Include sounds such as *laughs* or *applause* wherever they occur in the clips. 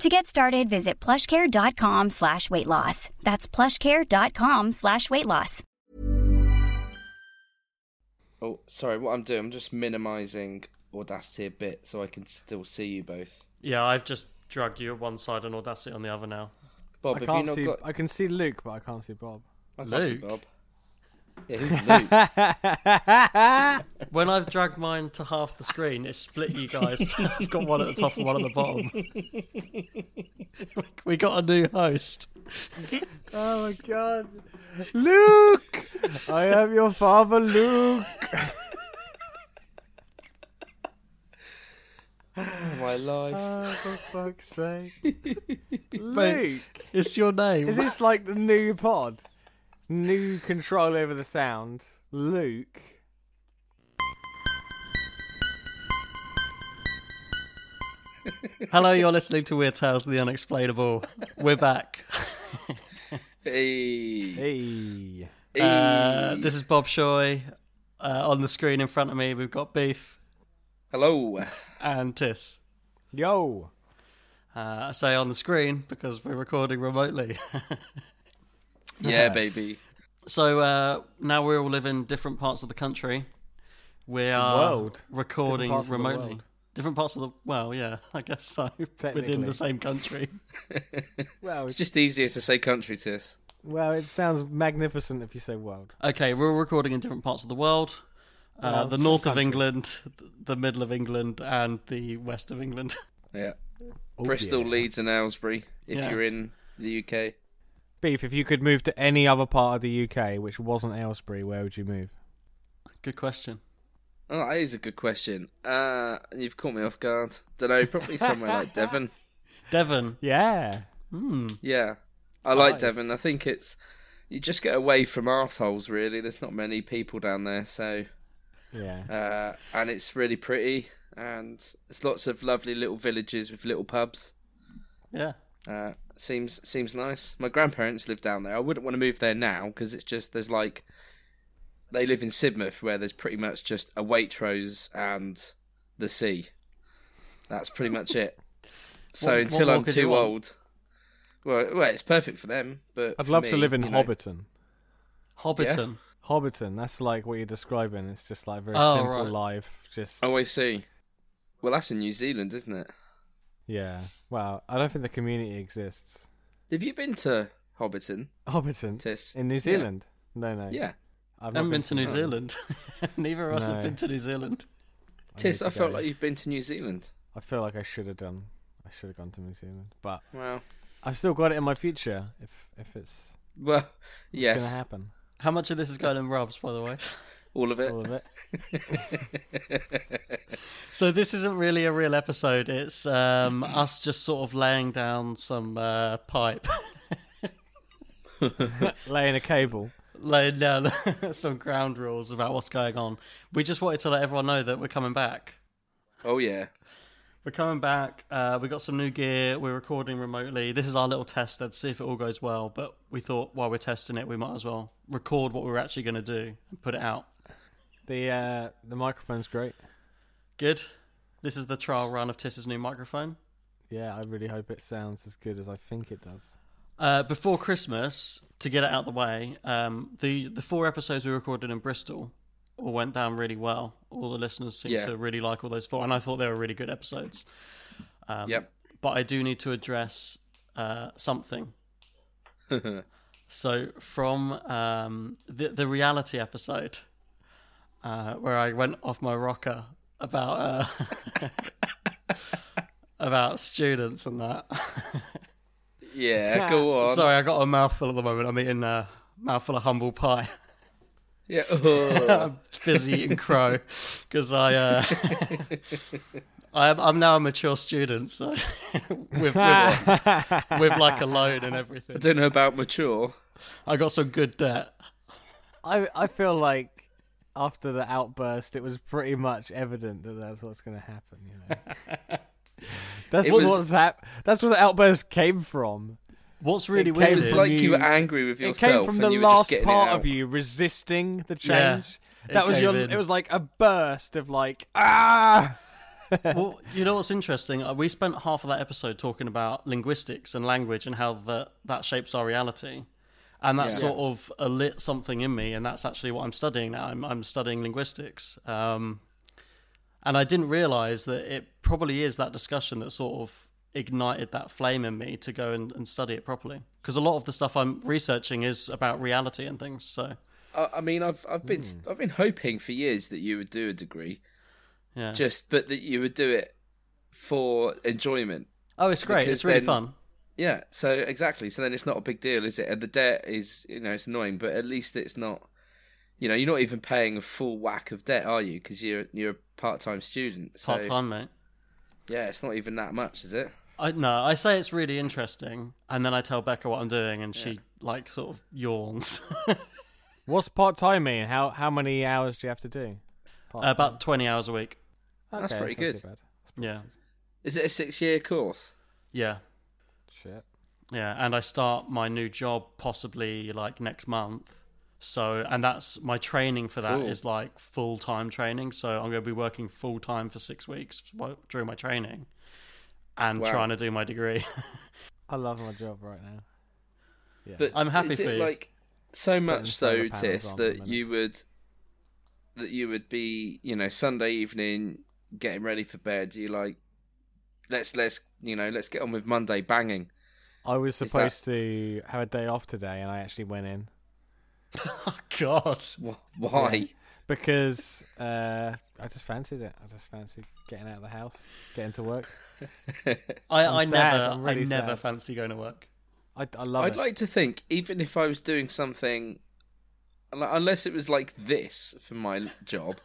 To get started, visit plushcare.com slash weight loss. That's plushcare.com slash weight loss. Oh, sorry, what I'm doing, I'm just minimizing Audacity a bit so I can still see you both. Yeah, I've just dragged you at one side and Audacity on the other now. Bob, I have you can't not see. got. I can see Luke, but I can't see Bob. I can't see Luke? Bob. Yeah, who's *laughs* Luke? When I've dragged mine to half the screen, it's split you guys. *laughs* I've got one at the top and one at the bottom. we got a new host. oh my god, Luke! I am your father, Luke. *laughs* *laughs* My life. Oh, for fuck's sake, Luke! It's your name. Is this like the new pod? New control over the sound, Luke. Hello, you're listening to Weird Tales of the Unexplainable. We're back. Hey. Hey, Uh, this is Bob Shoy. Uh, on the screen in front of me, we've got Beef Hello. and Tiss. yo. Uh, I say on the screen because we're recording remotely. *laughs* Yeah, baby. So uh, now we all live in different parts of the country. We are world. recording Different parts of the remotely. world. Different parts of the well, yeah, I guess so. *laughs* Within Technically. the same country. Well, It's just easier to say country, Tis. well, it sounds magnificent if you say world. Okay, we're all recording in different parts of the world. Uh, the north of England, th- the middle of England, and the west of England. *laughs* Yeah. Bristol, Leeds, and Aylesbury, if Oh, Yeah. you're in the UK. Beef, if you could move to any other part of the UK which wasn't Aylesbury, where would you move? Good question. Oh, that is a good question. Uh, you've caught me off guard. Don't know, probably somewhere *laughs* like Devon. Devon. Hmm, Yeah. Yeah, I like Nice. Devon. I think it's you just get away from arseholes, really. There's not many people down there, so Yeah. uh, and it's really pretty, and it's lots of lovely little villages with little pubs. Yeah. Uh, seems seems nice. My grandparents live down there. I wouldn't want to move there now because it's just there's like they live in Sidmouth where there's pretty much just a Waitrose and the sea. That's pretty much it. So What- what until more I'm could you too want? old, well, well, it's perfect for them. But I'd for love me, to live in you know- Hobbiton. Hobbiton. Hobbiton, that's like what you're describing. It's just like very Oh, simple right. life. Just Oh, I see. Well, that's in New Zealand, isn't it? yeah. Well, I don't think the community exists. Have you been to Hobbiton? Hobbiton Tis. in New Yeah. Zealand. No, no. Yeah. I I've not haven't been to New that. Zealand. *laughs* Neither of us have No. been to New Zealand. Tis, to I felt go. like you've been to New Zealand. I feel like I should have done. I should have gone to New Zealand, but Well, *laughs* I've still got it in my future. If if it's well, gonna yes, happen, How much of this is going in rubs, by the way? all of it. all of it. So this isn't really a real episode. It's um, us just sort of laying down some uh, pipe, *laughs* Laying a cable. laying down *laughs* some ground rules about what's going on. We just wanted to let everyone know that we're coming back. Oh yeah. We're coming back. Uh, we got some new gear. We're recording remotely. This is our little test. Let's see if it all goes well. But we thought while we're testing it, we might as well record what we're actually going to do and put it out. The uh, the microphone's great. Good. This is the trial run of Tiss's new microphone. Yeah, I really hope it sounds as good as I think it does. Uh, before Christmas, to get it out the way, um, the the four episodes we recorded in Bristol all went down really well. All the listeners seem Yeah. to really like all those four, and I thought they were really good episodes. Um, yep. *laughs* But I do need to address uh, something. So from um, the the reality episode, uh, where I went off my rocker about uh, *laughs* about students and that. *laughs* Yeah, go on. Sorry, I got a mouthful at the moment. I'm eating a mouthful of humble pie. *laughs* Yeah. *laughs* oh. I'm busy eating crow because I uh, *laughs* I'm, I'm now a mature student, so *laughs* with, with with like a loan and everything. *laughs* I don't know about mature. I got some good debt. I I feel like after the outburst, it was pretty much evident that that's what's going to happen. You know, *laughs* that's It was- what's hap- That's where the outburst came from. What's really It weird came is It's from like you- you were angry with It came yourself from and the you were just last getting it part out. of you resisting the Yeah, change. it that was came your. in. It was like a burst of like ah. well, you know what's interesting? Uh, We spent half of that episode talking about linguistics and language and how that that shapes our reality, and that Yeah. sort of alit something in me, and that's actually what I'm studying now. I'm I'm studying linguistics, um, and I didn't realize that it probably is that discussion that sort of ignited that flame in me to go and, and study it properly because a lot of the stuff I'm researching is about reality and things. So I, I mean, I've I've been Hmm. I've been hoping for years that you would do a degree, yeah, just but that you would do it for enjoyment. oh, it's great. because It's really then- fun. Yeah, so exactly. So then it's not a big deal, is it? And the debt is, you know, it's annoying, but at least it's not, you know, you're not even paying a full whack of debt, are you? Because you're you're a part-time student. So, Part time, mate. Yeah, it's not even that much, is it? I no, I say it's really interesting, and then I tell Becca what I'm doing, and she like sort of yawns. *laughs* What's part time mean? How how many hours do you have to do? Part-time. About 20 hours a week. That's Okay, pretty not good. too bad. Yeah, Is it a six-year course? yeah, Shit. yeah. And I start my new job possibly like next month. So, and that's my training for that is Cool. like full time training. So I'm going to be working full time for six weeks while- during my training, and Wow. trying to do my degree. *laughs* I love my job right now. But I'm happy is for it you. like so much so, solar panels Tis, on in a that minute. you would that you would be, you know, Sunday evening getting ready for bed. You like, let's let's you know, let's get on with Monday banging. I was that- supposed to have a day off today, and I actually went in *laughs* oh God, Wh- Why? because uh, I just fancied it. I just fancied getting out of the house, getting to work. I, I'm I sad, never, I'm really I never sad. fancy going to work. I, I love I'd it. like to think, even if I was doing something, un- unless it was like this for my job,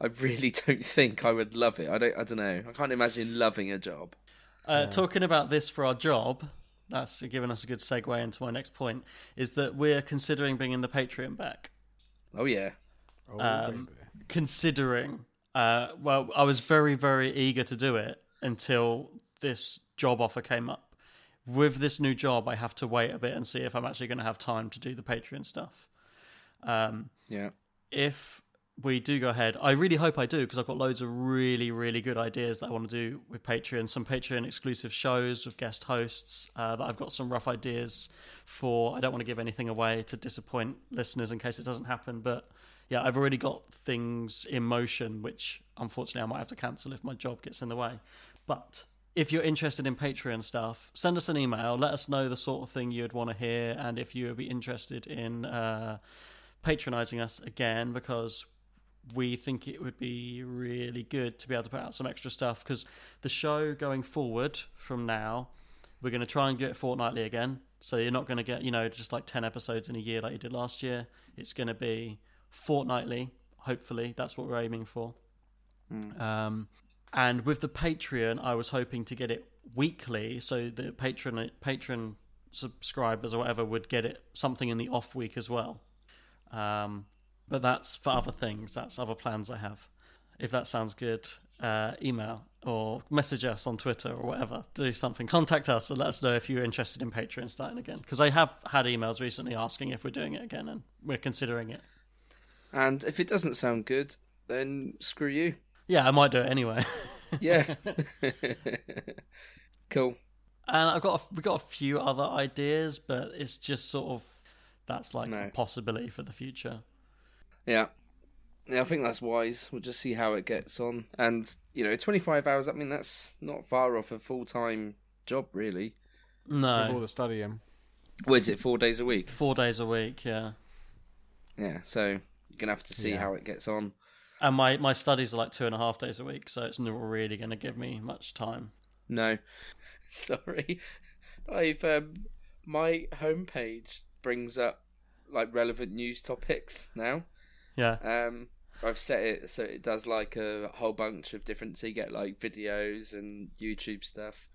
I really don't think I would love it. I don't. I don't know. I can't imagine loving a job. Uh, Talking about this for our job, that's giving us a good segue into my next point, is that we're considering bringing the Patreon back. Oh yeah. Oh, Um, baby. considering, uh, well, I was very, very eager to do it until this job offer came up. With this new job, I have to wait a bit and see if I'm actually going to have time to do the Patreon stuff. Um, Yeah. if we do go ahead, I really hope I do because I've got loads of really, really good ideas that I want to do with Patreon. Some Patreon exclusive shows with guest hosts uh, that I've got some rough ideas for. I don't want to give anything away to disappoint listeners in case it doesn't happen, but yeah, I've already got things in motion, which unfortunately I might have to cancel if my job gets in the way. But if you're interested in Patreon stuff, send us an email. Let us know the sort of thing you'd want to hear and if you would be interested in. Uh, patronizing us again because we think it would be really good to be able to put out some extra stuff because the show going forward from now we're going to try and do it fortnightly again so you're not going to get you know just like 10 episodes in a year like you did last year it's going to be fortnightly hopefully that's what we're aiming for um, and with the Patreon, I was hoping to get it weekly, so the patron patron subscribers or whatever would get it something in the off week as well. Um, but that's for other things. That's other plans I have. If that sounds good, uh, email or message us on Twitter or whatever. Do something. Contact us and let us know if you're interested in Patreon starting again. Because I have had emails recently asking if we're doing it again, and we're considering it. And if it doesn't sound good, then screw you. Yeah, I might do it anyway. *laughs* Yeah. *laughs* cool. And I've got a, we've got a few other ideas, but it's just sort of that's like No. a possibility for the future. Yeah. Yeah, I think that's wise. We'll just see how it gets on. And, you know, 25 hours, I mean, that's not far off a full time job, really. With all No, the studying. What is it? Four days a week. Four days a week, yeah. Yeah. So you're gonna have to see how it gets on. And my, my studies are like two and a half days a week, so it's not really going to give me much time. No, *laughs* sorry. I've um, my homepage brings up like relevant news topics now. Yeah. Um, I've set it so it does like a whole bunch of different. So you get like videos and YouTube stuff.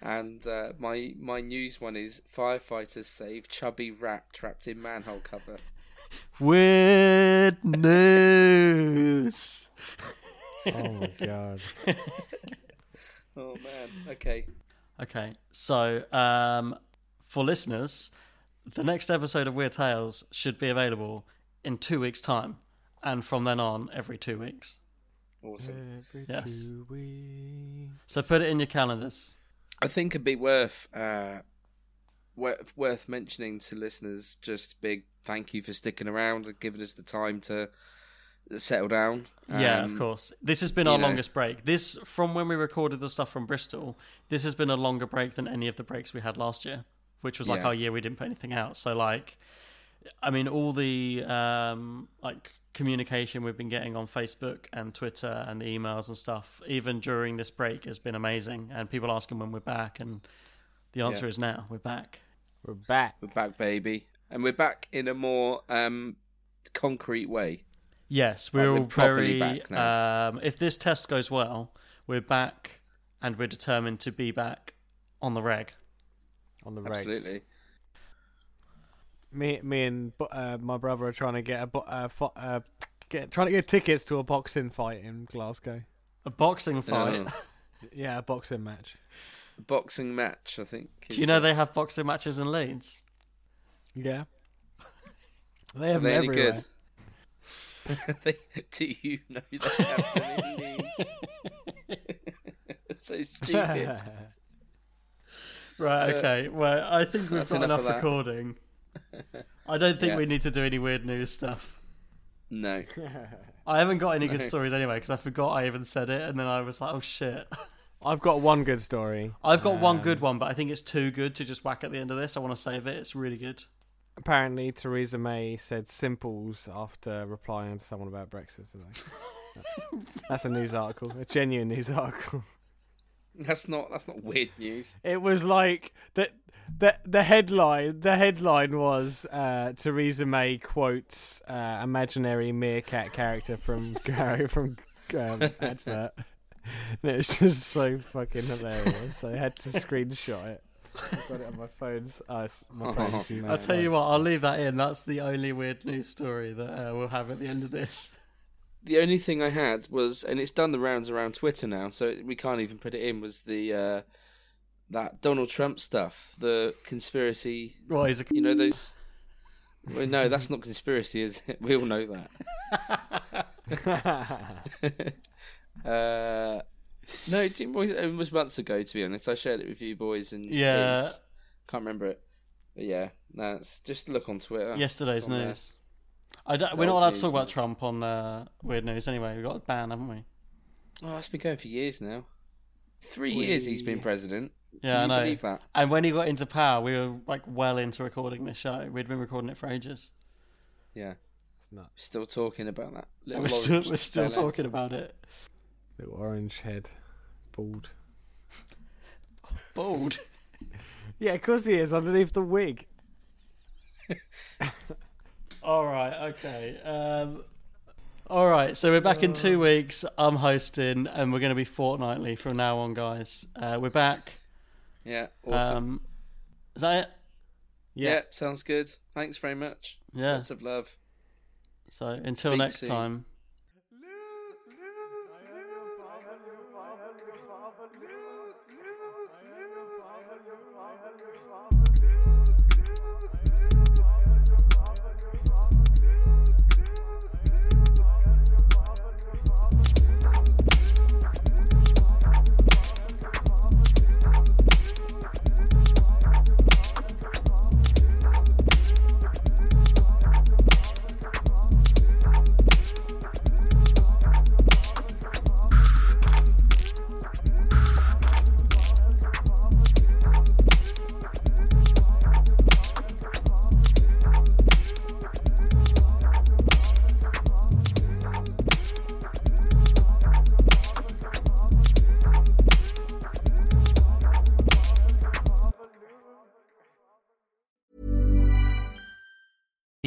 And uh, my my news one is firefighters save chubby rat trapped in manhole cover. Weird news. Oh my god. Oh man. Okay. Okay, so um, for listeners, the next episode of Weird Tales should be available in two weeks' time, and from then on, every two weeks. Awesome. Every Yes. two weeks. So put it in your calendars. I think it'd be worth uh, worth worth mentioning to listeners just a big thank you for sticking around and giving us the time to settle down. yeah, Um, of course. This has been you our know. longest break. This, from when we recorded the stuff from Bristol, this has been a longer break than any of the breaks we had last year, which was like Yeah. our year we didn't put anything out. So like, I mean, all the um, like communication we've been getting on Facebook and Twitter and the emails and stuff, even during this break, has been amazing. And people asking when we're back, and the answer Yeah. is now we're back. We're back. We're back, baby, and we're back in a more um, concrete way. Yes, Like, we're Uh, we're all properly very. back Um, if this test goes well, we're back, and we're determined to be back on the reg. On the regs. Absolutely. Me, me, and bo- uh, my brother are trying to get a bo- uh, fo- uh, get trying to get tickets to a boxing fight in Glasgow. A boxing fight. Oh. Yeah, a boxing match. Boxing match, I think. Do is *laughs* you know the- they have boxing matches in Leeds? Yeah. They have Are they them any everywhere. good? They- *laughs* do you know they have them in *laughs* Leeds? *laughs* so stupid. Right. Okay. Well, I think we've Uh, that's got enough enough, of that. recording. *laughs* I don't think Yeah. we need to do any weird news stuff. No. I haven't got any good No. stories anyway because I forgot I even said it, and then I was like, "Oh shit!" *laughs* I've got one good story. *laughs* I've got Um, one good one, but I think it's too good to just whack at the end of this. I want to save it. It's really good. Apparently, Theresa May said simples after replying to someone about Brexit today. That's, that's a news article, a genuine news article. That's not that's not weird news. It was like the the the headline. The headline was uh, Theresa May quotes uh, imaginary meerkat character from *laughs* Gary from um, advert. And it was just so fucking hilarious. I had to screenshot it. I've got it on my phone's. Uh, s- my phone's Oh, I'll tell you what, I'll leave that in. That's the only weird news story that uh, we'll have at the end of this. *laughs* The only thing I had was, and it's done the rounds around Twitter now, so we can't even put it in. Was the uh, that Donald Trump stuff, the conspiracy? Well, he's a You know those? Well, no, that's not conspiracy, is it? We all know *laughs* that. uh, no, it didn't- it was months ago. To be honest, I shared it with you boys, and it Yeah. was- can't remember it. But yeah, that's just look on Twitter. yesterday's It's on there. news. I don't, It's we're not old allowed to news, talk about though. Trump on uh, weird news anyway. We've got a ban, haven't we? Oh, it's been going for years now. Three years he's been president. Yeah, Can you I know. believe that? And when he got into power, we were like well into recording this show. We'd been recording it for ages. Yeah. It's nuts. Still talking about that. And Little we're still, orange we're still dialect. talking about it. Little orange head, bald. Bald. *laughs* Yeah, of course he is underneath the wig. All right. Okay. Um, all right. So we're back in Uh. two weeks. I'm hosting, and we're going to be fortnightly from now on, guys. Uh, we're back. Yeah, awesome. Um, is that it? yeah. sounds good. Thanks very much. Yeah. Lots of love. So until Speak next soon. time.